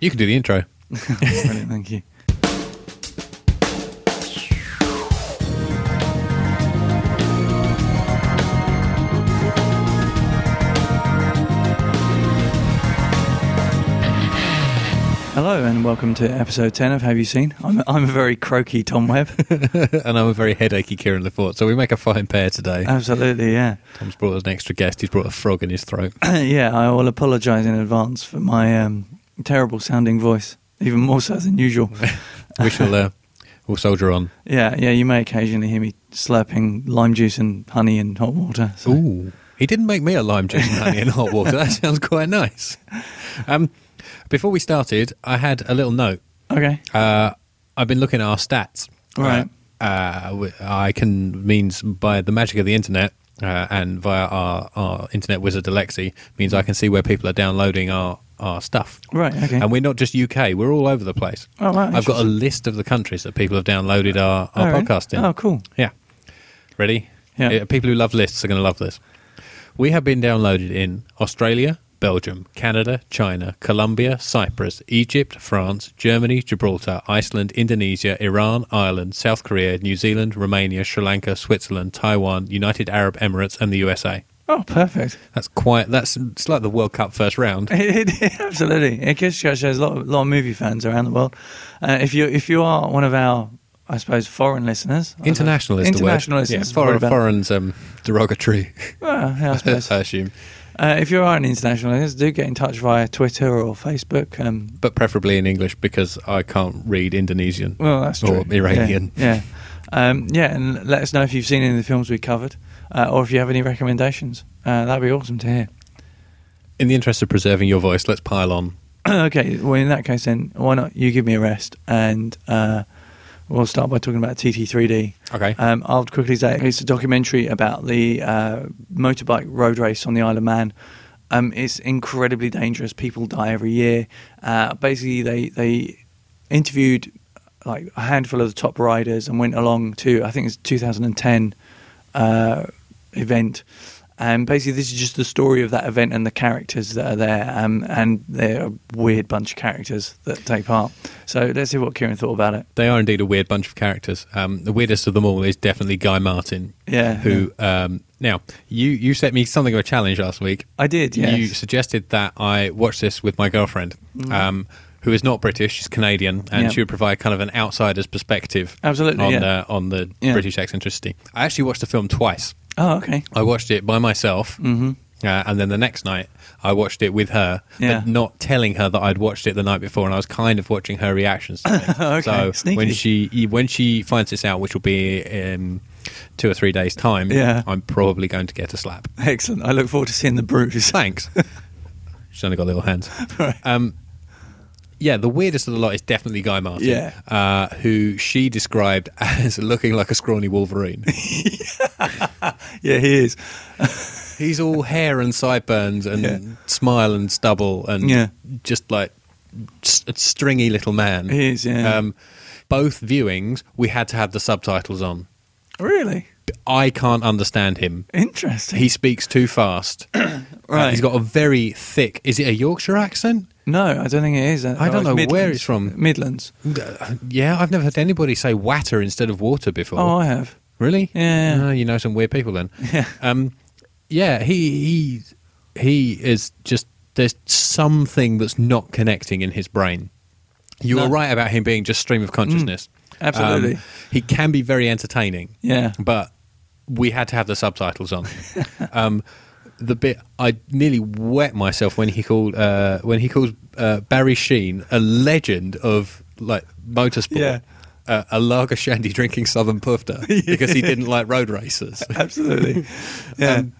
You can do the intro. Brilliant, thank you. Hello and welcome to episode 10 of Have You Seen? I'm, I'm a very croaky Tom Webb. and I'm a very headachy Kieran Lefort, so we make a fine pair today. Uh, Absolutely, yeah. Tom's brought an extra guest. He's brought a frog in his throat. yeah, I will apologise in advance for my um, terrible sounding voice, even more so than usual. We shall uh, we'll soldier on. Yeah, yeah, you may occasionally hear me slurping lime juice and honey and hot water. so- Ooh, he didn't make me a lime juice and honey and hot water. That sounds quite nice. Um, before we started, I had a little note. Okay. Uh, I've been looking at our stats. Right. Uh, uh, w- I can means by the magic of the internet uh, and via our, our internet wizard Alexi means I can see where people are downloading our our stuff. Right, okay. And we're not just UK; we're all over the place. Oh, wow, I've got a interesting. list of the countries that people have downloaded our our All right. podcast in. Oh, cool. Yeah. Ready? Uh, Yeah. people who love lists are going to love this. We have been downloaded in Australia, Belgium, Canada, China, Colombia, Cyprus, Egypt, France, Germany, Gibraltar, Iceland, Indonesia, Iran, Ireland, South Korea, New Zealand, Romania, Sri Lanka, Switzerland, Taiwan, United Arab Emirates, and the USA. Oh, perfect. That's quite. That's it's like the World Cup first round. It, it, absolutely. It just shows a lot, of, lot of movie fans around the world. Uh, if you if you are one of our, I suppose, foreign listeners, I International is suppose- international the word. listeners, Yeah, what foreign, about- foreign's um, derogatory. Well, Ah, yeah, I I suppose. assume, Uh, if you are an international listener, do get in touch via Twitter or Facebook. Um, but preferably in English because I can't read Indonesian. Well, that's true. Or Iranian. Yeah. Yeah. Um, yeah, and let us know if you've seen any of the films we covered uh, or if you have any recommendations. Uh, that'd be awesome to hear. In the interest of preserving your voice, let's pile on. okay, well, in that case, then, why not you give me a rest and uh, we'll start by talking about TT3D. Okay. Um, I'll quickly say it's a documentary about the uh, motorbike road race on the Isle of Man. Um, it's incredibly dangerous. People die every year. Uh, basically, they they interviewed like a handful of the top riders and went along to I think it's 2010 uh, event. And basically, this is just the story of that event and the characters that are there. Um, and they're a weird bunch of characters that take part. So let's hear what Kieran thought about it. They are indeed a weird bunch of characters. Um, the weirdest of them all is definitely Guy Martin. Yeah, Who um, now you you set me something of a challenge last week. I did, yes. Mm. You suggested that I watch this with my girlfriend, um, who is not British. She's Canadian, and Yeah. she would provide kind of an outsider's perspective. Absolutely, On yeah. uh, on the Yeah. British eccentricity. I actually watched the film twice. Oh, okay. I watched it by myself, mm-hmm. uh, and then the next night I watched it with her, Yeah. but not telling her that I'd watched it the night before, and I was kind of watching her reactions. To things. Okay, So sneaky. when she e, when she finds this out, which will be in two or three days' time, Yeah. I'm probably going to get a slap. Excellent. I look forward to seeing the bruise. Thanks. She's only got little hands. Right. Um, yeah, the weirdest of the lot is definitely Guy Martin, Yeah. uh, who she described as looking like a scrawny Wolverine. yeah, he is. He's all hair and sideburns and Yeah. smile and stubble and Yeah. just like s- a stringy little man. He is, yeah. Um, both viewings, we had to have the subtitles on. Really? I can't understand him. Interesting. He speaks too fast. Uh, Right. he's got a very thick. Is it a Yorkshire accent? no, I don't think it is. I, don't it's know Midlands. where it's from. Midlands. Uh, Yeah, I've never heard anybody say water instead of water before. Oh, I have. Really? Yeah. Oh, you know some weird people then. Yeah. Um, yeah. He he he is just there's something that's not connecting in his brain. You No. Mm, were right about him being just stream of consciousness. absolutely. Um, he can be very entertaining. Yeah. But we had to have the subtitles on. um, the bit I nearly wet myself when he called uh, when he calls uh, Barry Sheen a legend of like motorsport. Yeah. Uh, a lager shandy drinking southern pufter because he didn't like road racers. Absolutely. Yeah. Um,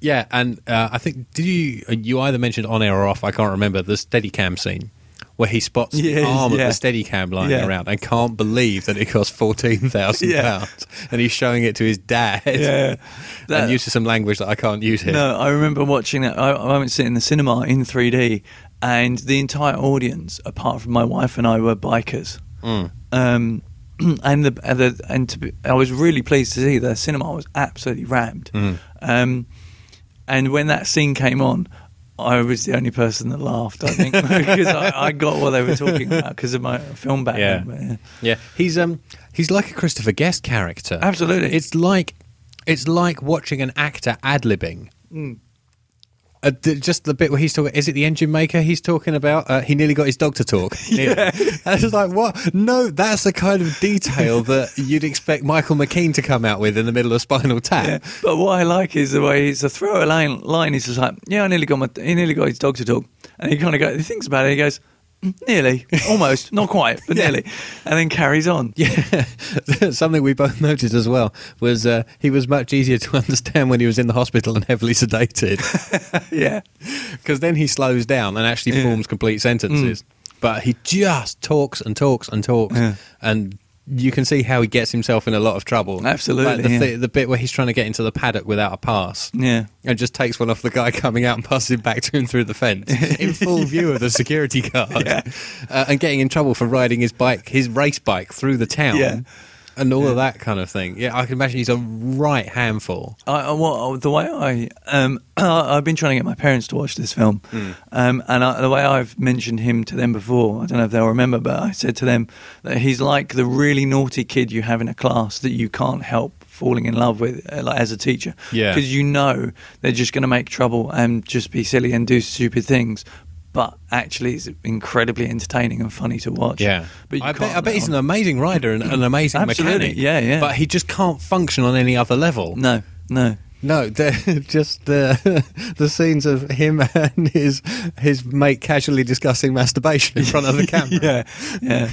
Yeah, and uh, I think did you you either mentioned on air or off? I can't remember the Steadicam scene where he spots Yes, the arm yeah. of the Steadicam lying Yeah. around and can't believe that it cost fourteen thousand Yeah. pounds, and he's showing it to his dad. Yeah. That- and uses some language that I can't use here. No, I remember watching that. I, I went to sit in the cinema in 3D, and the entire audience, apart from my wife and I, were bikers. Mm. Um, and the, and, the, and to be, I was really pleased to see Mm. the cinema was absolutely rammed. Um, and when that scene came on, I was the only person that laughed, I think, because I, I got what they were talking about because of my film background. Yeah. But, yeah. Yeah, he's um he's like a Christopher Guest character. Absolutely. it's like it's like watching an actor ad libbing. Mm. Uh, th- just the bit where he's talking. Is it the engine maker he's talking about? Uh, he nearly got his dog to talk. yeah, and it's like what? No, that's the kind of detail that you'd expect Michael McKean to come out with in the middle of Spinal Tap. But what I like is the way he's a throwaway line. Line he's just like, yeah, I nearly got my, he nearly got his dog to talk, and he kind of goes, he thinks about it, he goes, "Mm, nearly, almost, not quite, but nearly, and then carries on. Yeah, something we both noticed as well was uh, he was much easier to understand when he was in the hospital and heavily sedated. yeah. because then he slows down and actually forms complete sentences. But he just talks and talks and talks, Mm. Yeah. and you can see how he gets himself in a lot of trouble. Absolutely, like the, yeah. thi- the bit where he's trying to get into the paddock without a pass, Yeah. and just takes one off the guy coming out and passes it back to him through the fence in full view of the security guard, Yeah. uh, and getting in trouble for riding his bike, his race bike, through the town. Yeah. And all of that kind of thing. Yeah, I can imagine he's a right handful. I, I well, the way I um, I've been trying to get my parents to watch this film, Hmm. um, and I, the way I've mentioned him to them before, I don't know if they'll remember, but I said to them that he's like the really naughty kid you have in a class that you can't help falling in love with uh, like, as a teacher, Yeah. because you know they're just going to make trouble and just be silly and do stupid things. But actually, it's incredibly entertaining and funny to watch. Yeah, but you I can't bet, I bet he's an let amazing rider and an amazing Absolutely, mechanic. yeah, yeah. But he just can't function on any other level. on- No, no. No, they're just the the scenes of him and his his mate casually discussing masturbation in front of the camera. Yeah, yeah.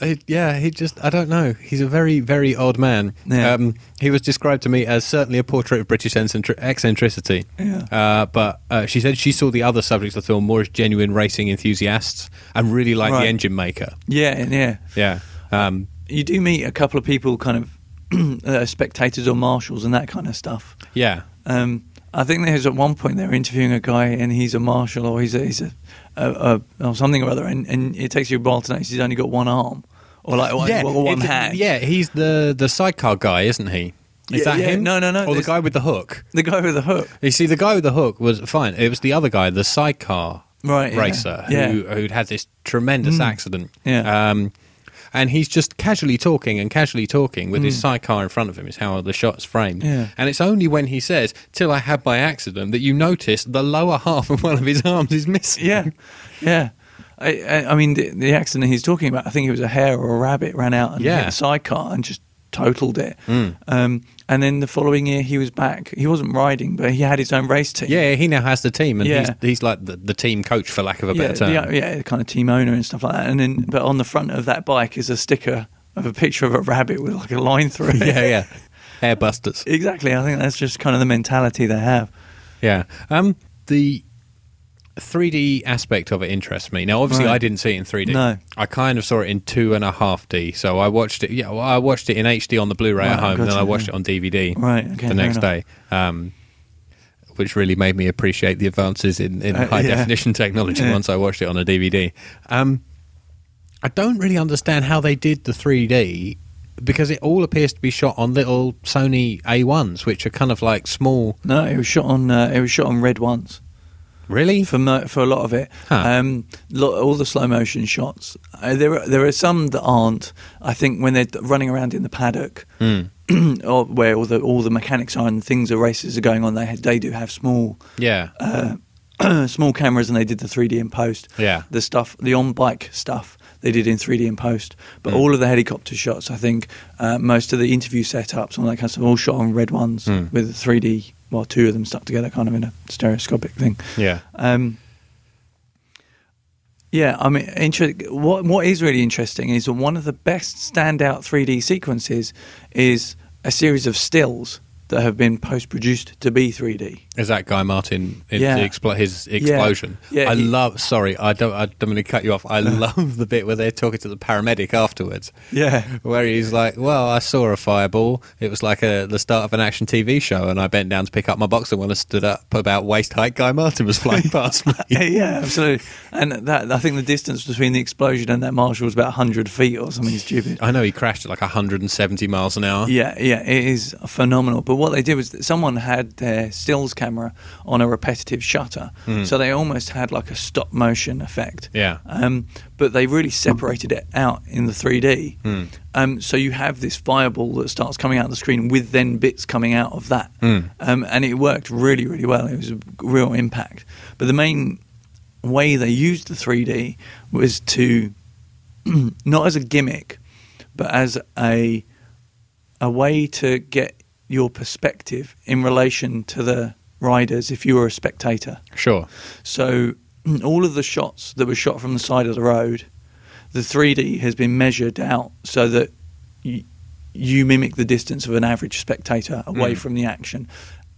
It- yeah, he just I don't know. He's a very very odd man. Yeah. Um, he was described to me as certainly a portrait of British eccentri- eccentricity. Yeah. Uh, but uh, she said she saw the other subjects of the film more as genuine racing enthusiasts and really liked Right. the engine maker. Yeah, yeah. Yeah. Um, you do meet a couple of people, kind of uh, spectators or marshals and that kind of stuff. yeah. Um, I think there's at one point they're interviewing a guy and he's a marshal or he's a, he's a, a, a or something or other, and, and it takes you a while to notice he's only got one arm or like one, one, one it's- hand. Yeah, he's the the sidecar guy, isn't he? Is Yeah, that yeah. him? No, no, no, Or the this- guy with the hook. the guy with the hook. You see, the guy with the hook was fine. It was the other guy, the sidecar Right, yeah. racer, Yeah. Mm. who who'd had this tremendous accident. Yeah. Um, and he's just casually talking and casually talking with his sidecar in front of him. Is how the shot's framed. Mm. Yeah. And it's only when he says, "Till I had my accident," that you notice the lower half of one of his arms is missing. Yeah, yeah. I, I, I mean, the, the accident he's talking about, I think it was a hare or a rabbit ran out and Yeah. Hmm. hit a sidecar and just totaled it. Um, and then the following year, he was back. He wasn't riding, but he had his own race team. Yeah, he now has the team, and Yeah. he's, he's like the, the team coach, for lack of a yeah, better term. The, yeah, the kind of team owner and stuff like that. And then, but on the front of that bike is a sticker of a picture of a rabbit with like a line through it. yeah, yeah. Airbusters. exactly. I think that's just kind of the mentality they have. Yeah. Um, the 3D aspect of it interests me. Now, obviously, Right. I didn't see it in 3D. No. I kind of saw it in two and a half D. So I watched it. Yeah, well, I watched it in HD on the Blu-ray Right, at home, and then gotcha, I watched yeah. it on DVD Right, okay, the fair next enough. day. Um, which really made me appreciate the advances in, in Uh, high yeah. definition technology Yeah. once I watched it on a DVD. Um, I don't really understand how they did the 3D because it all appears to be shot on little Sony A1s, which are kind of like small. No, it was shot on. Uh, it was shot on red once. Really? for mo- for a lot of it. Huh. Um, lo- all the slow motion shots. Uh, there are, there are some that aren't. I think when they're d- running around in the paddock, Mm. or where all the all the mechanics are and things the races are going on, they ha- they do have small Yeah. small cameras and they did the 3D in post. Yeah. The stuff, the on bike stuff, they did in 3D in post. But Hmm. all of the helicopter shots, I think, uh, most of the interview setups, all that kind of stuff, all shot on red ones Hmm. with 3D, well, two of them stuck together kind of in a stereoscopic thing. Yeah. Um, yeah, I mean, inter- what what is really interesting is that one of the best standout 3D sequences is a series of stills that have been post produced to be 3D. Is that Guy Martin? in Yeah. the expl- his explosion. Yeah, I he- love. Sorry, I don't. I don't want to cut you off. I love the bit where they're talking to the paramedic afterwards. Yeah. Where he's like, "Well, I saw a fireball. It was like a, the start of an action TV show, and I bent down to pick up my box, and when I stood up about waist height, Guy Martin was flying past me." yeah, absolutely. And that I think the distance between the explosion and that marshal was about 100 feet or something stupid. I know he crashed at like 170 miles an hour. Yeah, yeah, it is phenomenal. But what they did was that someone had their stills camera on a repetitive shutter, so they almost had like a stop motion effect. Yeah. Um, but they really separated it out in the 3D. Um, so you have this fireball that starts coming out of the screen with then bits coming out of that. Um, and it worked really, really well. It was a real impact. But the main way they used the 3D was to not as a gimmick, but as a a way to get your perspective in relation to the riders if you were a spectator. Sure. So all of the shots that were shot from the side of the road, the 3D has been measured out so that y- you mimic the distance of an average spectator away from the action,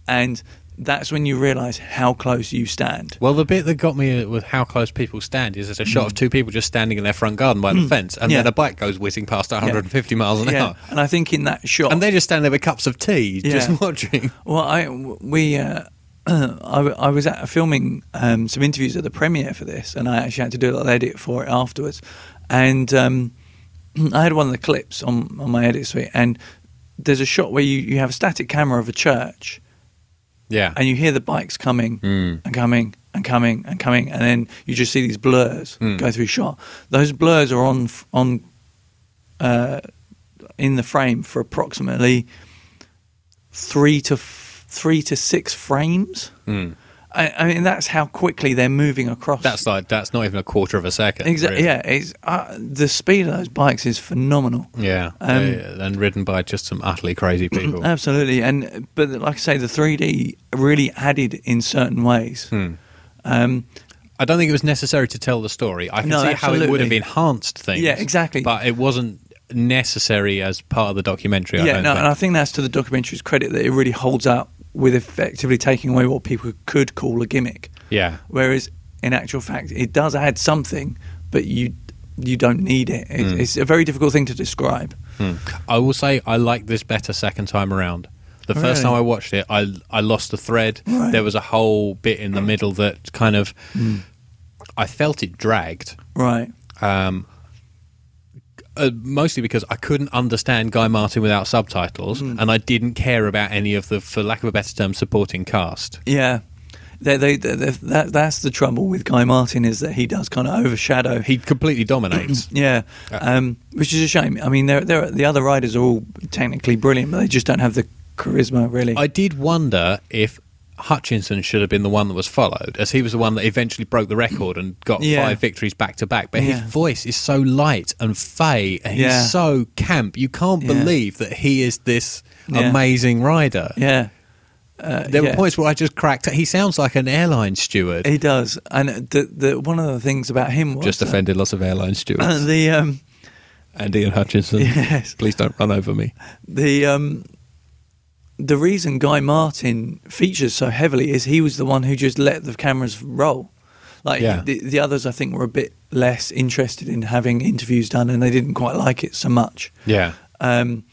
and that's when you realise how close you stand. Well, the bit that got me uh, with how close people stand is there's a shot of two people just standing in their front garden by the fence, and Mm. Yeah. then a bike goes whizzing past at 150 miles an Yeah, hour. and I think in that shot, And they just stand there with cups of tea, Yeah. just watching. Well, I we uh, I, w- I was at filming um, some interviews at the premiere for this, and I actually had to do a little edit for it afterwards. And um, I had one of the clips on on my edit suite, and there's a shot where you, you have a static camera of a church, Yeah. and you hear the bikes coming Hmm. and coming and coming and coming, and then you just see these blurs Hmm. go through shot. Those blurs are on f- on uh, in the frame for approximately three to f- three to six frames. I, I mean, that's how quickly they're moving across. Hmm. That's like that's not even a quarter of a second. exactly. really. Yeah, it's uh, the speed of those bikes is phenomenal. Yeah. Um, Uh, Yeah, and ridden by just some utterly crazy people. Absolutely, and but like I say, the three D really added in certain ways. Um, I don't think it was necessary to tell the story. I can No, see how it would have absolutely. enhanced things. Yeah, exactly. But it wasn't necessary as part of the documentary. I yeah, don't no, think. and I think that's to the documentary's credit that it really holds up with effectively taking away what people could call a gimmick. yeah. Whereas in actual fact, it does add something, but you you don't need it. it Mm. It's a very difficult thing to describe. I will say I liked this better second time around. The first Really? time I watched it, I I lost the thread. Right. Mm. There was a whole bit in the middle that kind of I felt it dragged, Right. uh, mostly because I couldn't understand Guy Martin without subtitles, Hmm. and I didn't care about any of the, for lack of a better term, supporting cast. Yeah. They, they, they, they- that, that's the trouble with Guy Martin is that he does kind of overshadow. He completely dominates. yeah, um, which is a shame. I mean, they're, they're, the other riders are all technically brilliant, but they just don't have the charisma, really. I did wonder if Hutchinson should have been the one that was followed, as he was the one that eventually broke the record and got Yeah. five victories back to back. But his Yeah. voice is so light and fey, and he's Yeah. so camp. You can't Yeah. believe that he is this Yeah. amazing rider. yeah. Uh, There yeah. were points where I just cracked. He sounds like an airline steward. He does, and the, the one of the things about him was uh, just that- offended lots of airline stewards. the um, and Ian Hutchinson, Yes. please don't run over me. the um, the reason Guy Martin features so heavily is he was the one who just let the cameras roll. Like Yeah. the, the others, I think were a bit less interested in having interviews done, and they didn't quite like it so much. Yeah. Um,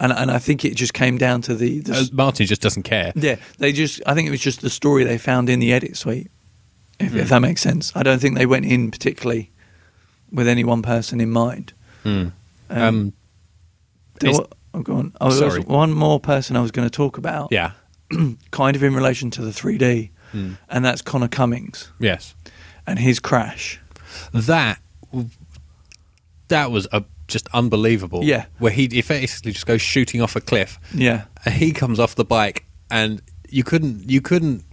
and and I think it just came down to the, the Uh, Martin just doesn't care. yeah they just I think it was just the story they found in the edit suite, if, Hmm. if that makes sense. I don't think they went in particularly with any one person in mind. Um, There Is- wa- oh, go on. Oh, there was Sorry. one more person I was going to talk about. yeah. Hmm. Kind of in relation to the 3D, and that's Connor Cummings Yes. and his crash. that that was a, just unbelievable. Yeah. where he effectively just goes shooting off a cliff. Yeah. and he comes off the bike, and you couldn't you couldn't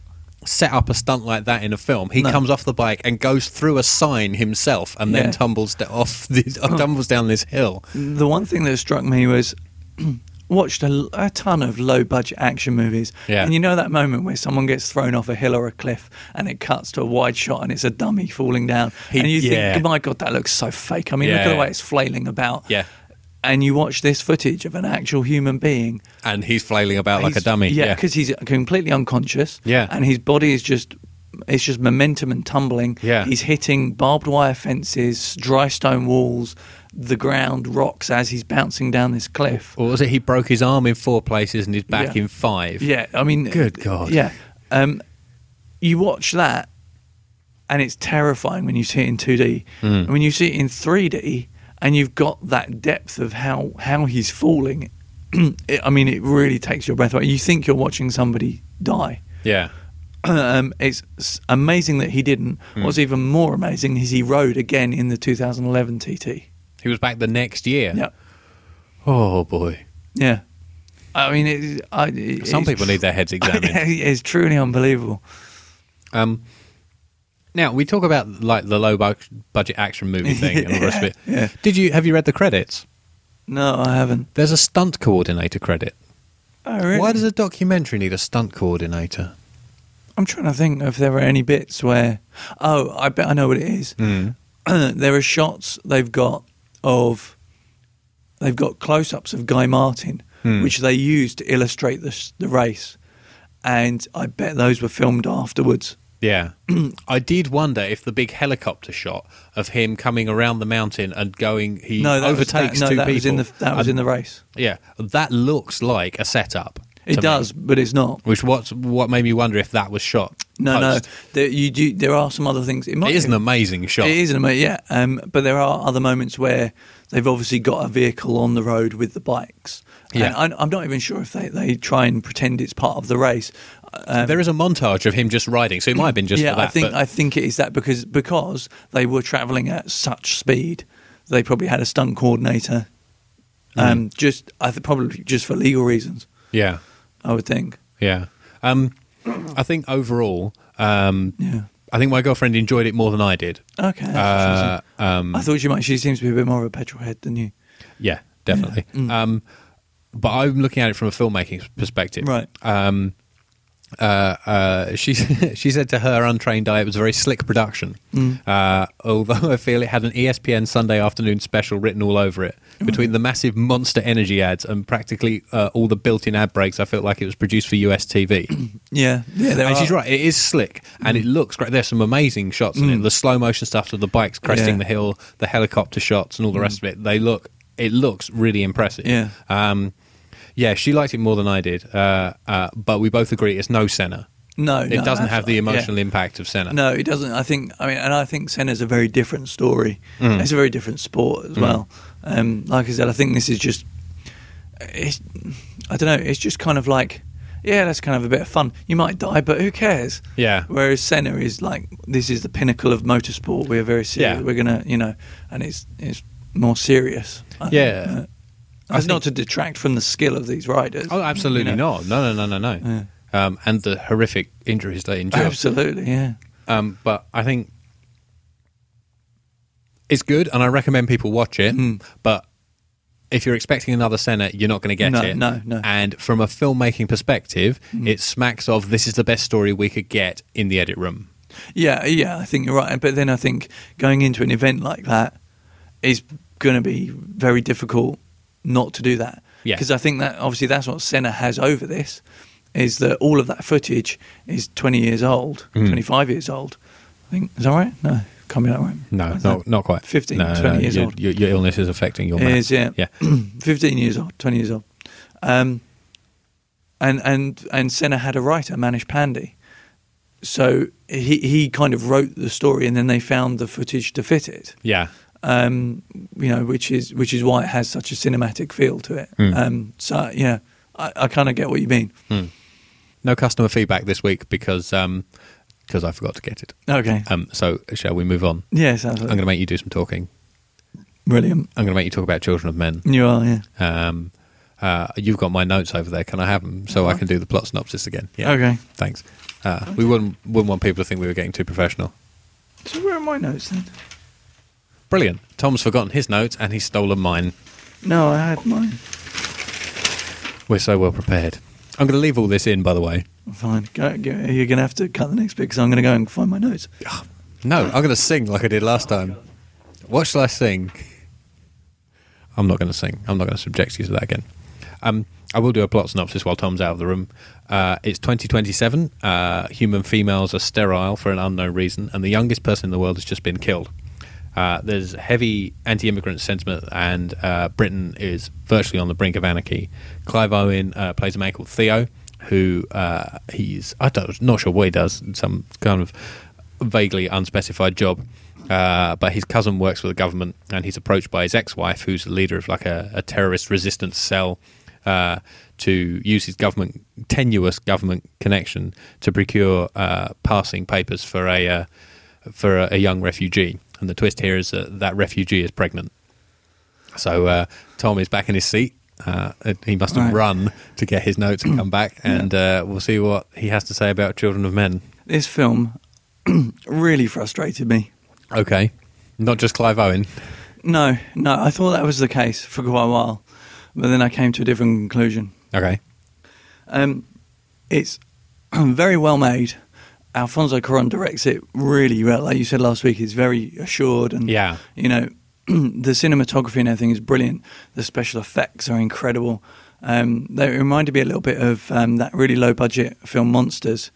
set up a stunt like that in a film. He No. comes off the bike and goes through a sign himself, and Yeah. then tumbles da- off the, tumbles down this hill. The one thing that struck me was watched a, a ton of low budget action movies, Yeah. and you know that moment where someone gets thrown off a hill or a cliff, and it cuts to a wide shot, and it's a dummy falling down, He- and you yeah. think, my god, that looks so fake. I mean, look at Yeah. the way it's flailing about. Yeah. And you watch this footage of an actual human being And he's flailing about like a He's- dummy. Yeah, because he's completely unconscious. Yeah. and his body is just. It's just momentum and tumbling. Yeah. He's hitting barbed wire fences, dry stone walls, the ground, rocks as he's bouncing down this cliff. Or was it he broke his arm in four places and his back Yeah. in five? Yeah, I mean, Good God. Yeah, um, you watch that, and it's terrifying when you see it in two D. Hmm. And when you see it in three D, and you've got that depth of how how he's falling, it, I mean, it really takes your breath away. You think you're watching somebody die. Yeah. um, it's s- amazing that he didn't. Hmm. What's even more amazing is he rode again in the 2011 TT. He was back the next year. Yeah, Oh, boy. yeah. I mean, it, I, it- Some it's people tr- need their heads examined. it's truly unbelievable. Um, now we talk about like the low bu- budget action movie thing and all the rest of it. Yeah, yeah. Did you have you read the credits? No, I haven't. There's a stunt coordinator credit. Oh, really? Why does a documentary need a stunt coordinator? I'm trying to think if there were any bits where. Oh, I bet I know what it is. Hmm. there are shots they've got of. They've got close ups of Guy Martin, Hmm. which they use to illustrate the, s- the race. And I bet those were filmed afterwards. Yeah, I did wonder if the big helicopter shot of him coming around the mountain and going, he No, that overtakes was, that, no, two that people. Was in the, that was And- in the race. yeah, that looks like a setup. to It me, does, but it's not. which what's what made me wonder if that was shot. No, post. no. There, you do, there are some other things. It, might it is an be- amazing shot. It is an amazing, yeah. Um, but there are other moments where they've obviously got a vehicle on the road with the bikes. Yeah. And I, I'm not even sure if they, they try and pretend it's part of the race. Um, there is a montage of him just riding, so it might have been just yeah, for that. I think but- I think it is that because because they were travelling at such speed, they probably had a stunt coordinator. Mm. Um, just I th- probably just for legal reasons, yeah. I would think. Yeah. Um, I think overall, um, Yeah. I think my girlfriend enjoyed it more than I did. Okay. that's Uh, interesting. I thought you might. She seems to be a bit more of a petrol head than you. Yeah, definitely. Um, but I'm looking at it from a filmmaking perspective. Right. Um, uh, uh, she she said to her untrained eye, it was a very slick production. Uh, although I feel it had an E ESPN Sunday afternoon special written all over it. Between the massive monster energy ads and practically uh, all the built-in ad breaks, I felt like it was produced for US TV. Yeah. Yeah. There and are- she's right. It is slick, and Mm. it looks great. There's some amazing shots in it. The slow motion stuff of the bikes cresting Yeah. Mm. the hill, the helicopter shots, and all the rest of it. They look. It looks really impressive. Yeah. Um, yeah. She liked it more than I did, uh, uh, but we both agree it's no Senna. No, It no, doesn't have the absolutely. Yeah. emotional impact of Senna. No, it doesn't. I think. I mean, and I think Senna's a very different story. Mm. It's a very different sport as well. Um, like I said, I think this is just. It's, I don't know. It's just kind of like, yeah, that's kind of a bit of fun. You might die, but who cares? Yeah. Whereas Senna is like, this is the pinnacle of motorsport. We're very serious. Yeah. We're gonna, you know, and it's it's more serious. I think. Yeah. Uh, I that's think- not to detract from the skill of these riders. Oh, absolutely you know. not. No, no, no, no, no. Um, and the horrific injuries they endure. Absolutely, yeah. Um, but I think it's good, and I recommend people watch it. Hmm. But if you're expecting another Senna, you're not going to get No, it. no, no. Hmm. And from a filmmaking perspective, it smacks of this is the best story we could get in the edit room. Yeah, yeah, I think you're right. But then I think going into an event like that is going to be very difficult not to do that. Yeah. Because I think that obviously that's what Senna has over this is that all of that footage is 20 years old, Mm. 25 years old. I think, is that right? No, can't be that right. No, Is not that- not quite. 15, no, no, 20 no, years your, old. Your, your illness is affecting your maths. Is, yeah. yeah, 15 years old, 20 years old. Um, and, and, and Senna had a writer, Manish Pandey. So he, he kind of wrote the story and then they found the footage to fit it. yeah. um, you know, which is which is why it has such a cinematic feel to it. Hmm. Um, so yeah, I, I kind of get what you mean. No customer feedback this week because um 'cause because I forgot to get it. Okay. Um, so shall we move on? yes, sounds I'm going to make you do some talking. brilliant. I'm going to make you talk about Children of Men. You are, yeah. Um, uh, you've got my notes over there. Can I have them so I can do the plot synopsis again? Yeah. Okay. Thanks. Uh, we wouldn't wouldn't want people to think we were getting too professional. So where are my notes then? Brilliant. Tom's forgotten his notes and he's stolen mine. No, I had mine. We're so well prepared. I'm going to leave all this in, by the way. Fine. Go, go, you're going to have to cut the next bit because I'm going to go and find my notes. No, I'm going to sing like I did last time. What shall I sing? I'm not going to sing. I'm not going to subject you to that again. Um, I will do a plot synopsis while Tom's out of the room. Uh, it's 2027. Uh, human females are sterile for an unknown reason, and the youngest person in the world has just been killed. Uh, there's heavy anti immigrant sentiment, and uh, Britain is virtually on the brink of anarchy. Clive Owen uh, plays a man called Theo, who uh, he's, I don't, not sure what he does, some kind of vaguely unspecified job. Uh, but his cousin works for the government, and he's approached by his ex-wife, who's the leader of like a, a terrorist resistance cell, uh, to use his government tenuous government connection to procure uh, passing papers for a uh, for a, a young refugee. And the twist here is that that refugee is pregnant. So uh, Tom is back in his seat. Uh, he must have Right. run to get his notes and come back, and uh, we'll see what he has to say about Children of Men. This film really frustrated me. Okay, not just Clive Owen. No, no, I thought that was the case for quite a while, but then I came to a different conclusion. Okay, Um, it's very well made. Alfonso Cuarón directs it really well. Like you said last week, it's very assured and Yeah. you know the cinematography and everything is brilliant. The special effects are incredible. Um, they reminded me a little bit of um, that really low budget film Monsters,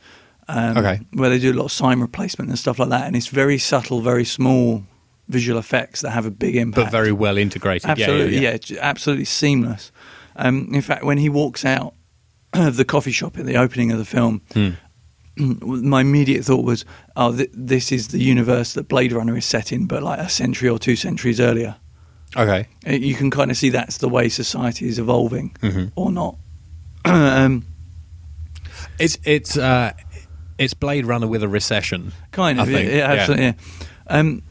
um, Okay. where they do a lot of sign replacement and stuff like that, and it's very subtle, very small visual effects that have a big impact. but very well integrated. Yeah, yeah, Absolutely, yeah. yeah, j- absolutely seamless. Um, in fact, when he walks out of the coffee shop at the opening of the film, Hmm. my immediate thought was, "Oh, th- this is the universe that Blade Runner is set in, but like a century or two centuries earlier." Okay, Uh, You can kind of see that's the way society is evolving, Mm-hmm. or not. um, it's it's uh, it's Blade Runner with a recession. kind I of, yeah, think, yeah, yeah. absolutely. Yeah. Um,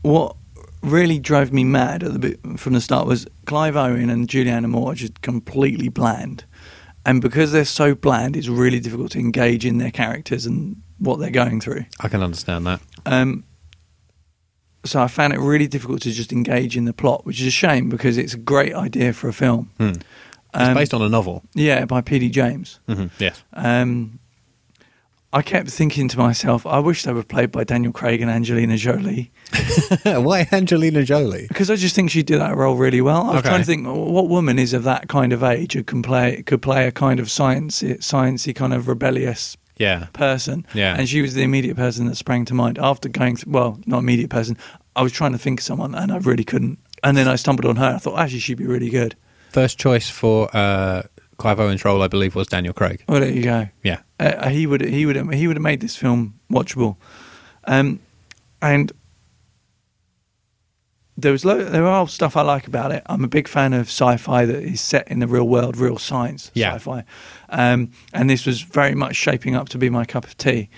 what really drove me mad at the bit from the start was Clive Owen and Juliana Moore are just completely bland, and because they're so bland, it's really difficult to engage in their characters and what they're going through. I can understand that. Um, so I found it really difficult to just engage in the plot, which is a shame because it's a great idea for a film. Hmm. It's Um, based on a novel. yeah, by P.D. James. hmm Yes. Um, I kept thinking to myself, I wish they were played by Daniel Craig and Angelina Jolie Why Angelina Jolie? because I just think she did that role really well. I was Okay. trying to think what woman is of that kind of age who can play could play a kind of science sciencey kind of rebellious Yeah. person. Yeah. And she was the immediate person that sprang to mind after going through, well, not immediate person. I was trying to think of someone and I really couldn't. And then I stumbled on her. I thought, actually, she'd be really good. First choice for uh, Clive Owen's role, I believe, was Daniel Craig. Well, there you go. Yeah. Uh, he would he would he would have made this film watchable, um, and there was lo- there are stuff I like about it. I'm a big fan of sci-fi that is set in the real world, real science Yeah. sci-fi, um, and this was very much shaping up to be my cup of tea.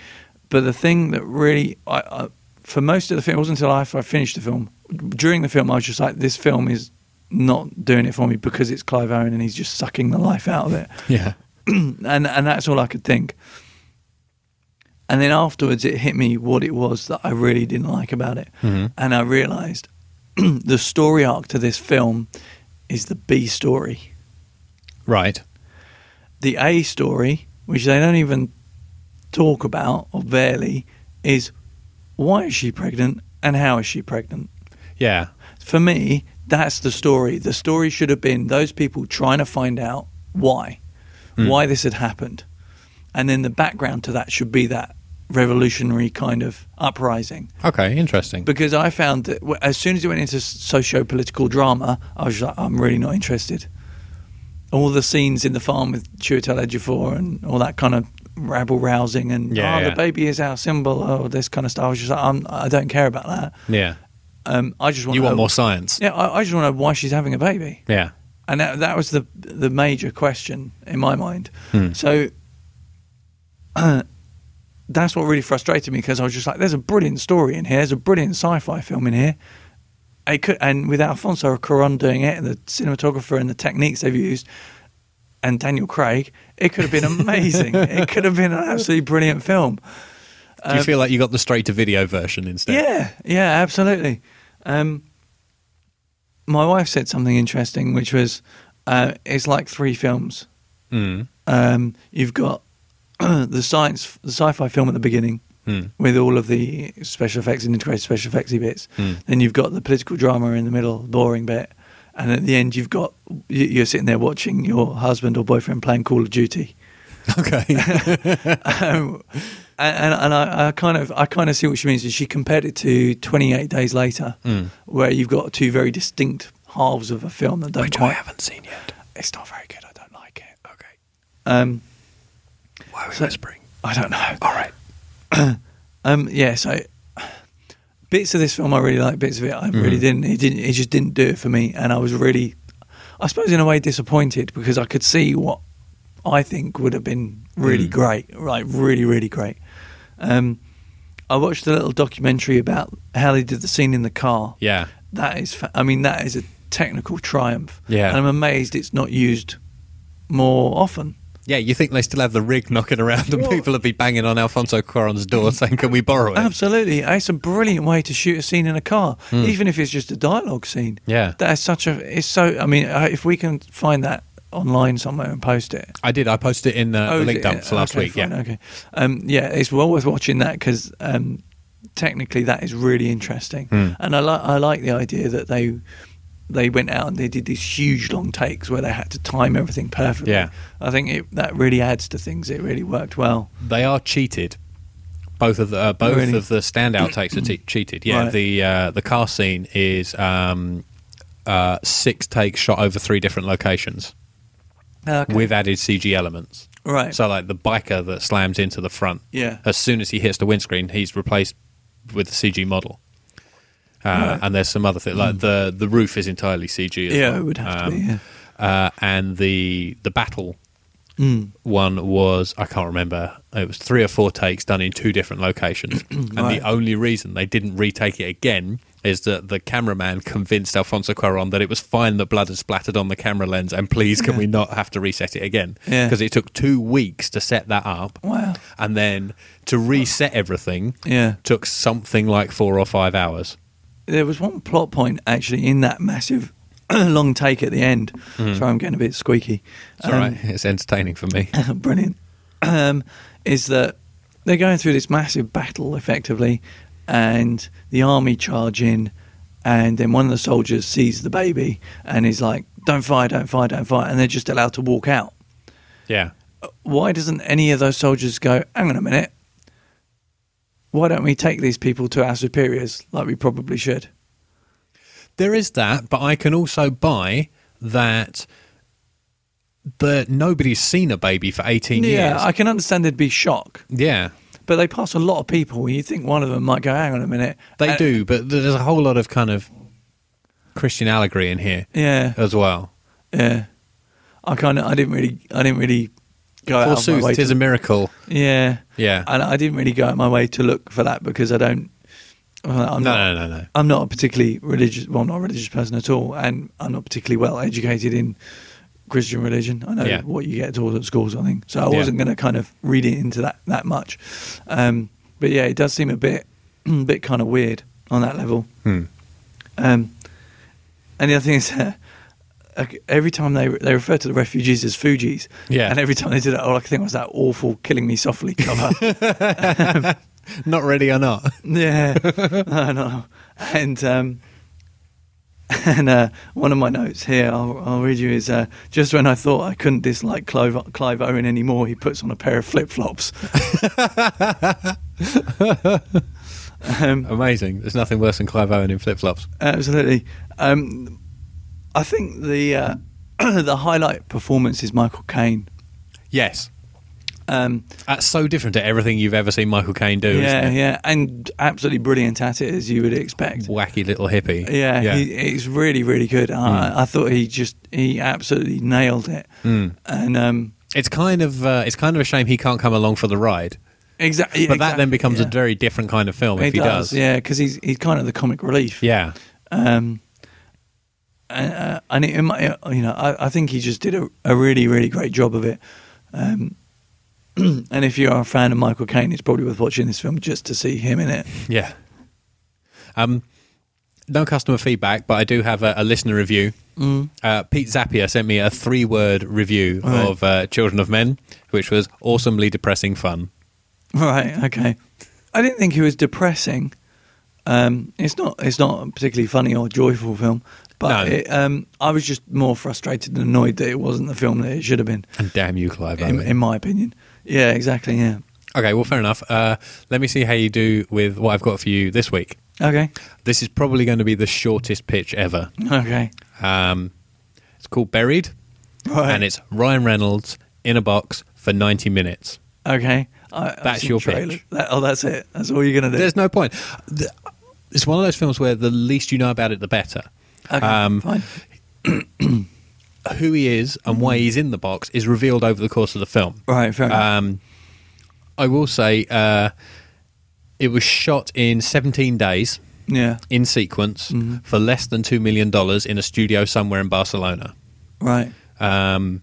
But the thing that really, I, I, for most of the film, it wasn't until after I finished the film. During the film, I was just like, this film is not doing it for me because it's Clive Owen and he's just sucking the life out of it Yeah. and and that's all I could think. And then afterwards, it hit me what it was that I really didn't like about it, Mm-hmm. Hmm? and I realised the story arc to this film is the B story. Right. The A story, which they don't even talk about or barely, is why is she pregnant and how is she pregnant? Yeah. For me, that's the story. The story should have been those people trying to find out why, Hmm. why this had happened. And then the background to that should be that revolutionary kind of uprising. Okay. Interesting. Because I found that w- as soon as it went into socio political drama, I was like, I'm really not interested. All the scenes in the farm with Chiwetel Ejiofor and all that kind of rabble rousing and Yeah, oh, yeah. the baby is our symbol, oh, this kind of stuff. I was just like, I'm, I don't care about that. yeah. Um, I just want You to want know- more science? yeah, I, I just want to know why she's having a baby, Yeah. and that that was the the major question in my mind. So that's what really frustrated me because I was just like, "There's a brilliant story in here. There's a brilliant sci-fi film in here." It could, and with Alfonso Cuarón doing it, and the cinematographer and the techniques they've used, and Daniel Craig, it could have been amazing. it could have been an absolutely brilliant film. Do you feel like you got the straight to video version instead? Yeah, yeah, absolutely. Um, my wife said something interesting, which was uh, it's like three films. Mm. Um, you've got the science, the sci-fi film at the beginning Mm. with all of the special effects and integrated special effectsy bits. Then you've got the political drama in the middle, boring bit, and at the end you've got you- you're sitting there watching your husband or boyfriend playing Call of Duty. Okay. Um, and and, and I, I kind of I kind of see what she means. She compared it to Twenty Eight Days Later, where you've got two very distinct halves of a film that don't quite. haven't seen yet. It's not very good. I don't like it. Okay. Um, Why are we So- whispering? I don't know. All right. Um, yeah. So bits of this film I really like. Bits of it I really didn't. It didn't. It just didn't do it for me. And I was really. I suppose in a way disappointed because I could see what I think would have been really Mm. great, right? Really, really great. Um, I watched a little documentary about how they did the scene in the car. Yeah. That is, fa- I mean, that is a technical triumph. Yeah. and I'm amazed it's not used more often. Yeah, you think they still have the rig knocking around and Well- people would be banging on Alfonso Cuaron's door Mm. saying, can we borrow it? Absolutely, it's a brilliant way to shoot a scene in a car, even if it's just a dialogue scene. Hmm. Yeah. that is such a. It's so. I mean, uh, if we can find that online somewhere and post it, I did. I posted it in uh, the, Oh, the is link it? dumps Yeah, last okay, week. fine, yeah. Okay. Um, yeah, it's well worth watching that because um, technically that is really interesting, Hmm. and I like I like the idea that they they went out and they did these huge long takes where they had to time everything perfectly. Yeah. I think it, that really adds to things. It really worked well. They are cheated. Both of the uh, both Really? of the standout takes are te- cheated. Yeah, Right. the uh, the car scene is um, uh, six takes shot over three different locations Okay. with added CG elements. right. So like the biker that slams into the front, Yeah. as soon as he hits the windscreen, he's replaced with the CG model. Uh, And there's some other things like the the roof is entirely CG. As Hmm. Yeah, well. it would have to Um, be. Yeah. uh, and the the battle Mm. one was I can't remember. It was three or four takes done in two different locations, and Right. the only reason they didn't retake it again is that the cameraman convinced Alfonso Cuarón that it was fine that blood had splattered on the camera lens, and please can we not have to reset it again? Yeah. Because it took two weeks to set that up, Wow. and then to reset everything Yeah. took something like four or five hours. there was one plot point actually in that massive long take at the end. Sorry, I'm getting a bit squeaky. Hmm. It's all right. It's entertaining for me. Um, brilliant. Um, is that they're going through this massive battle effectively, and the army charge in, and then one of the soldiers sees the baby and is like, "Don't fire! Don't fire! Don't fire!" And they're just allowed to walk out. Yeah. Why doesn't any of those soldiers go? Hang on a minute. Why don't we take these people to our superiors like we probably should? There is that, but I can also buy that the nobody's seen a baby for 18 Yeah, years. I can understand there'd be shock, yeah. but they pass a lot of people. You think one of them might go, "Hang on a minute." They And- do, but there's a whole lot of kind of Christian allegory in here Yeah. as well. Yeah, I kind of I didn't really I didn't really go out of my Forsooth, way. it is to, a miracle. yeah, Yeah. and I didn't really go out of my way to look for that because I don't. well, I'm no, not, no, no, no. I'm not a particularly religious. Well, I'm not a religious person at all, and I'm not particularly well educated in Christian religion. I know Yeah. what you get taught at schools, I think. So I Yeah. wasn't going to kind of read it into that that much. Um, but yeah, it does seem a bit a bit kind of weird on that level. Hmm. Um, and the other thing is, uh, like, every time they they refer to the refugees as Fugees, Yeah. and every time they did that, all I could think was that awful "Killing Me Softly" cover. Not ready or not. yeah, I know. And um, and uh, one of my notes here, I'll, I'll read you is uh, just when I thought I couldn't dislike Clive, Clive Owen anymore, he puts on a pair of flip flops. um, Amazing. There's nothing worse than Clive Owen in flip flops. Absolutely. Um, I think the uh, the highlight performance is Michael Caine. Yes. Um, That's so different to everything you've ever seen Michael Caine do, yeah, isn't it? yeah, and absolutely brilliant at it as you would expect. Wacky little hippie. Yeah, He, it's really, really good. Hmm. I, I thought he just he absolutely nailed it. Mm. And um, it's kind of uh, it's kind of a shame he can't come along for the ride. exactly, But that then becomes a yeah. very different kind of film if he does. yeah, because he's he's kind of the comic relief. Yeah. Um, uh, and it, it might- you know, I, I think he just did a, a really, really great job of it. Um, and if you are a fan of Michael Caine, it's probably worth watching this film just to see him in it. Yeah. Um, no customer feedback, but I do have a, a listener review. Uh, Pete Zappia sent me a three word review Mm. Right. of uh, Children of Men, which was awesomely depressing fun. Right? Okay. I didn't think he was depressing. Um, it's not. It's not a particularly funny or joyful film. But No. it, um, I was just more frustrated and annoyed that it wasn't the film that it should have been, And damn you, Clive in, Owen. in my opinion. Yeah, exactly. Yeah. Okay, well, fair enough. Uh, let me see how you do with what I've got for you this week. Okay. This is probably going to be the shortest pitch ever. Okay. Um, it's called Buried, Right. and it's Ryan Reynolds in a box for 90 minutes. Okay. I, I've That's seen your the trailer. pitch. That- oh, that's it. That's all you're going to do. There's no point. Th- It's um, one of those films where the least you know about it, the better. okay, um, fine. who he is and why he's in the box is revealed over the course of the film. Right, fair enough. Um, I will say uh, it was shot in 17 days yeah, in sequence for less than $2 million in a studio somewhere in Barcelona. right, Um,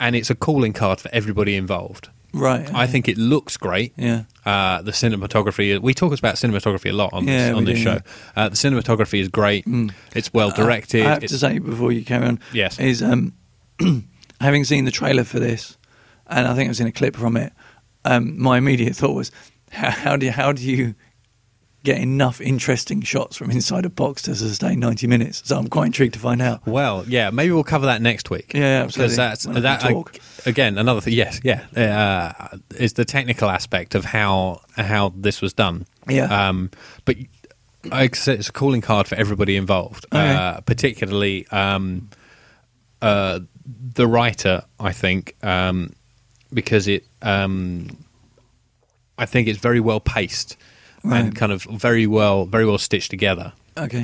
and it's a calling card for everybody involved. right. I think it looks great. Yeah. Uh, the cinematography. We talk about cinematography a lot on Yeah, this, on we this do, show. Uh, the cinematography is great. It's well directed. I have It's- to say before you carry on, Yes. is um, having seen the trailer for this, and I think I've seen a clip from it. Um, my immediate thought was, how, how do you, how do you get enough interesting shots from inside a box to sustain ninety minutes? So I'm quite intrigued to find out. Well, yeah, maybe we'll cover that next week. Yeah, Because absolutely. that's When I can that talk. again another thing. Yes, yeah, uh, is the technical aspect of how how this was done. Yeah. Um, but I said it's a calling card for everybody involved, uh, Okay. particularly um, uh, the writer. I think um, because it, um, I think it's very well paced and Right. kind of very well very well stitched together Okay,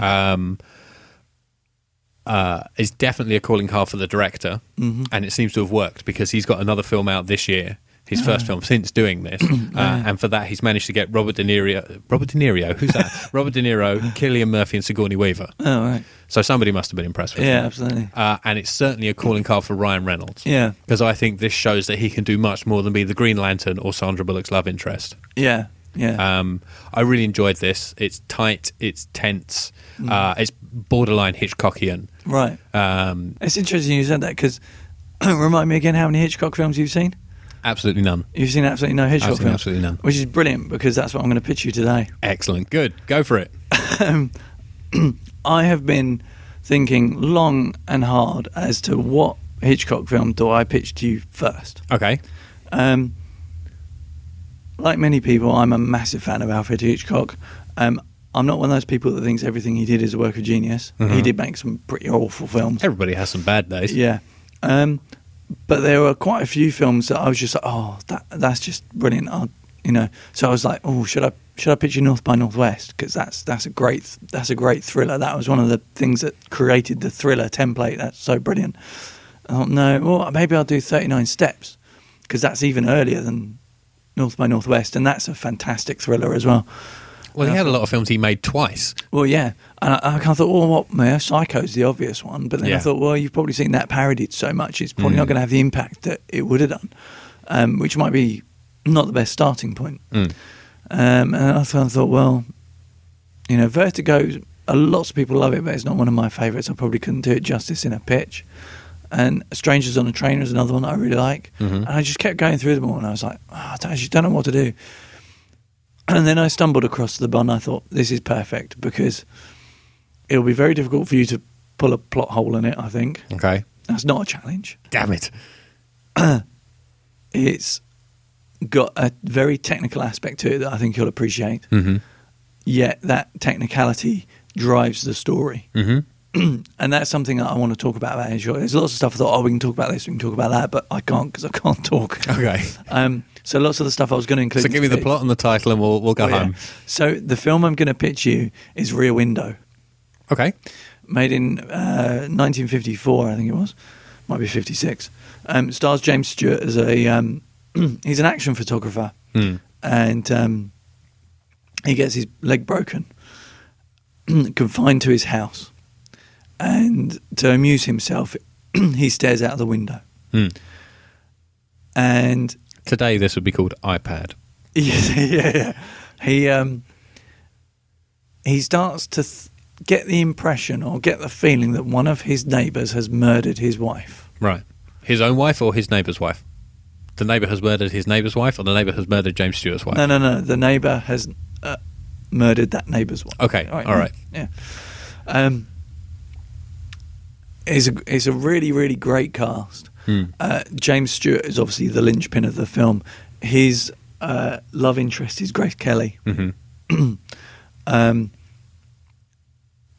uh, is definitely a calling card for the director, Mm-hmm. and it seems to have worked because he's got another film out this year, his Ah. first film since doing this, uh, and for that he's managed to get Robert De Niro, Robert De Niro, who's that? Robert De Niro, Killian Murphy, and Sigourney Weaver. oh right, So somebody must have been impressed with yeah, him. absolutely. Uh, and it's certainly a calling card for Ryan Reynolds. Yeah. Because I think this shows that he can do much more than be the Green Lantern or Sandra Bullock's love interest. Yeah, yeah, Um, I really enjoyed this. It's tight, it's tense, Mm. uh, it's borderline Hitchcockian. right. Um, It's interesting you said that because remind me again how many Hitchcock films you've seen. absolutely none. You've seen absolutely no Hitchcock I've seen films, absolutely none. which is brilliant because that's what I'm going to pitch you today. Excellent. Good. Go for it. I have been thinking long and hard as to what Hitchcock film do I pitch to you first. Okay. Um, like many people, I'm a massive fan of Alfred Hitchcock. Um, I'm not one of those people that thinks everything he did is a work of genius. He did make some pretty awful films. Everybody has some bad days. Yeah. Um, but there were quite a few films that I was just like, oh, that that's just brilliant. i you know, so I was like, oh, should I should I picture North by Northwest because that's that's a great that's a great thriller. That was one of the things that created the thriller template. That's so brilliant. I thought, no, well, maybe I'll do Thirty Nine Steps because that's even earlier than North by Northwest, and that's a fantastic thriller as well. Well, he had a lot of films he made twice. Well, yeah, and I, I kind of thought, well, what? Yeah, Psycho's the obvious one, but then Yeah. I thought, well, you've probably seen that parodied so much, it's probably Mm. not going to have the impact that it would have done, um, which might be not the best starting point. Mm. Um, and I thought, I thought, well, you know, Vertigo. A lots of people love it, but it's not one of my favourites. I probably couldn't do it justice in a pitch. And Strangers on a Train is another one that I really like. And I just kept going through them all, and I was like, oh, I don't- I just don't know what to do. And then I stumbled across the bun. I thought this is perfect because it'll be very difficult for you to pull a plot hole in it. I think Okay. that's not a challenge. Damn it. It's got a very technical aspect to it that I think you'll appreciate. Mm-hmm. Yet that technicality drives the story. Mm-hmm. and that's something that I want to talk about. That is your, there's lots of stuff I thought, oh, we can talk about this, we can talk about that, but I can't because I can't talk. Okay. Um, so lots of the stuff I was going to include. So give me the today- plot and the title, and we'll we'll go Oh, yeah. home. So the film I'm going to pitch you is Rear Window, Okay. made in uh, 1954, I think it was, might be 56. Um, stars James Stewart as a um, he's an action photographer, Mm. and um, he gets his leg broken, confined to his house, and to amuse himself, he stares out the window. Mm. And Today, this would be called iPad. yeah, yeah, yeah. he um, he starts to th- get the impression or get the feeling that one of his neighbours has murdered his wife. Right. His own wife or his neighbour's wife? The neighbour has murdered his neighbour's wife, or the neighbour has murdered James Stewart's wife. No, no, no. The neighbour has uh, murdered that neighbour's wife. Okay, all right. Yeah. Um, it's a it's a really really great cast. Hmm. Uh, James Stewart is obviously the linchpin of the film. His uh, love interest is Grace Kelly. Mhm. um,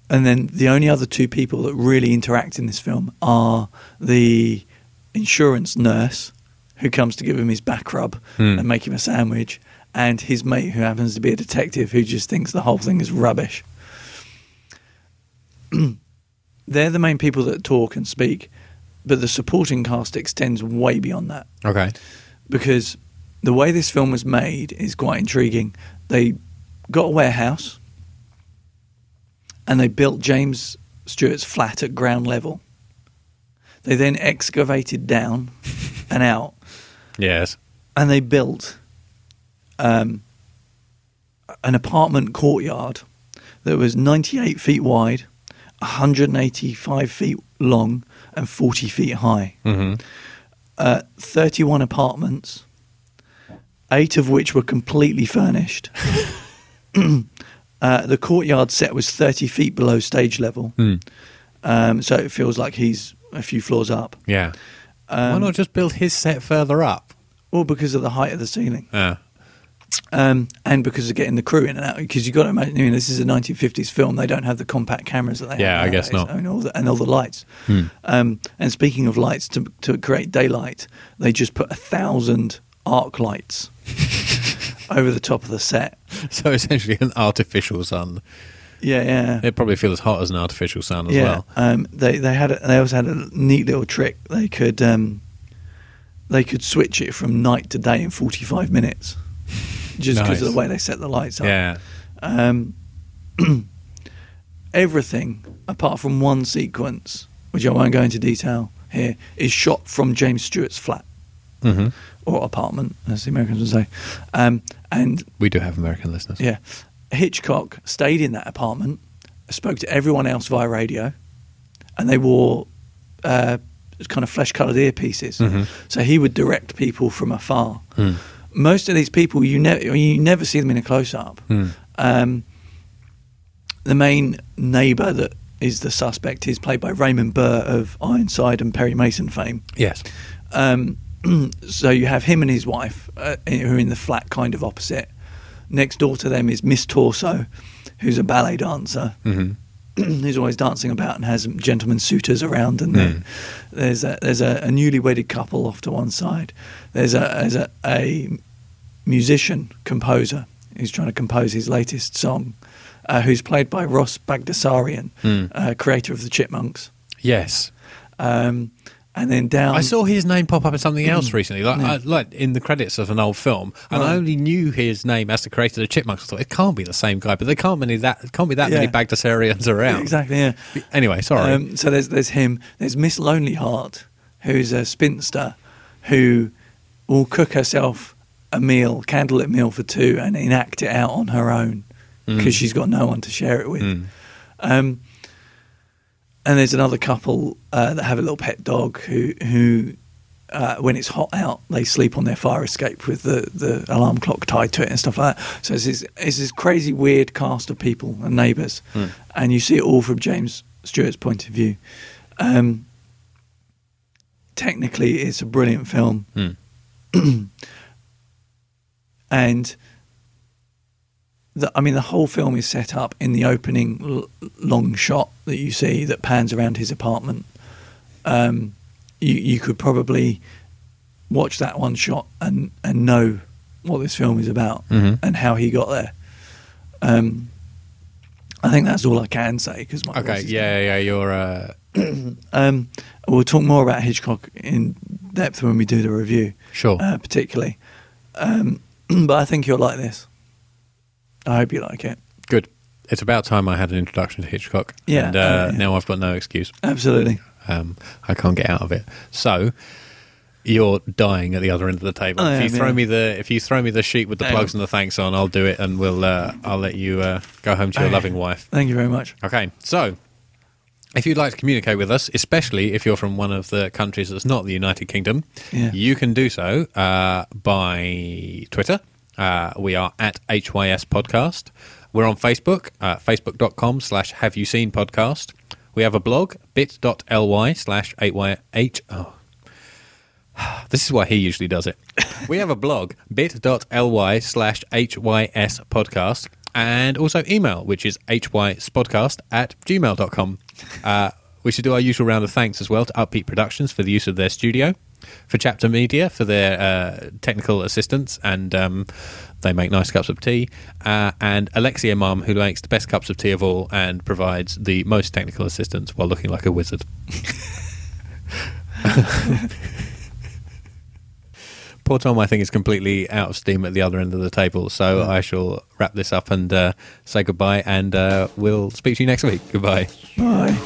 and then the only other two people that really interact in this film are the insurance nurse who comes to give him his back rub Hmm. and make him a sandwich, and his mate who happens to be a detective who just thinks the whole thing is rubbish. they're the main people that talk and speak, but the supporting cast extends way beyond that Okay. because the way this film was made is quite intriguing. They got a warehouse and they built James Stewart's flat at ground level. They then excavated down and out Yes. and they built um, an apartment courtyard that was 98 feet wide, 185 feet long, and 40 feet high. hmm Uh, 31 apartments, eight of which were completely furnished. uh, the courtyard set was 30 feet below stage level, Mm. um, so it feels like he's a few floors up. Yeah. Why Um, not just build his set further up? All because of the height of the ceiling. Uh, um, and because of getting the crew in and out. Because you've got to imagine, I mean, this is a 1950s film. They don't have the compact cameras that they Yeah, have. I guess nowadays, not. Hmm. And all the, and all the lights. Um, and speaking of lights, to, to create daylight, they just put a thousand arc lights over the top of the set. so essentially, an artificial sun. Yeah, yeah. It probably feels as hot as an artificial sun as yeah. well. Um, they they had a, they also had a neat little trick. They could um, they could switch it from night to day in 45 minutes, just because Nice. of the way they set the lights up. Yeah. um, everything apart from one sequence, which I won't go into detail here, is shot from James Stewart's flat hmm or apartment, as the Americans would say. Um, and We do have American listeners. yeah, Hitchcock stayed in that apartment, spoke to everyone else via radio, and they wore uh, kind of flesh coloured earpieces. So he would direct people from afar. Most of these people, you, ne- you never see them in a close up. Um, the main neighbour that is the suspect is played by Raymond Burr of Ironside and Perry Mason fame. Yes. Um, so you have him and his wife uh, who are in the flat kind of opposite. Next door to them is Miss Torso, who's a ballet dancer, Mm-hmm. who's always dancing about and has gentlemen suitors around. Mm. And then there's a, there's a, a newly wedded couple off to one side. There's a there's a, a musician composer who's trying to compose his latest song, uh, who's played by Ross Bagdasarian, Hmm. uh, creator of the Chipmunks. Yes. Um, and then down, I saw his name pop up in something mm-hmm. else recently, like I, like in the credits of an old film, and I Right. only knew his name as the creator of the Chipmunks. I thought it can't be the same guy, but there can't be that can't be that many Yeah. Bagdasarians around. exactly yeah. Anyway, sorry. Um, so there's there's him. There's Miss Lonely Heart, who's a spinster, who will cook herself a meal, candlelit meal for two, and enact it out on her own because she's got no one to share it with. Um, and there's another couple uh, that have a little pet dog who who. Uh, when it's hot out, they sleep on their fire escape with the, the alarm clock tied to it and stuff like that. So it's this, it's this crazy, weird cast of people and neighbours, and you see it all from James Stewart's point of view. Um, technically, it's a brilliant film, Mm. and the, I mean, the whole film is set up in the opening l- long shot that you see that pans around his apartment. Um, you, you could probably watch that one shot and, and know what this film is about Mhm. and how he got there. Um, I think that's all I can say because my voice okay, is yeah, yeah, you're. Uh, um, we'll talk more about Hitchcock in depth when we do the review, sure. uh, particularly. Um, but I think you'll like this. I hope you like it. Good. It's about time I had an introduction to Hitchcock. Yeah, And uh, uh, yeah. now I've got no excuse. Absolutely. Um, I can't get out of it. So. You're dying at the other end of the table. I if you am, throw Oh, yeah. me the if you throw me the sheet with the Hang plugs on. and the thanks on, I'll do it, and we'll uh, I'll let you uh, go home to your Okay. loving wife. Thank you very much. Okay, so if you'd like to communicate with us, especially if you're from one of the countries that's not the United Kingdom, Yeah. you can do so uh, by Twitter. Uh, we are at HYS Podcast. We're on Facebook, uh, facebook.com slash have you seen podcast. We have a blog, bit.ly slash 8YH. Oh. This is why he usually does it. We have a blog, bit.ly slash HYS podcast, and also email, which is hyspodcast at gmail.com. Uh, we should do our usual round of thanks as well to Upbeat Productions for the use of their studio. for Chapter Media for their uh, technical assistance, and um, they make nice cups of tea. Uh, and Alexia Mum, who makes the best cups of tea of all and provides the most technical assistance while looking like a wizard. Poor Tom, I think, is completely out of steam at the other end of the table. So I shall wrap this up and uh, say goodbye, and uh, we'll speak to you next week. Goodbye. Bye.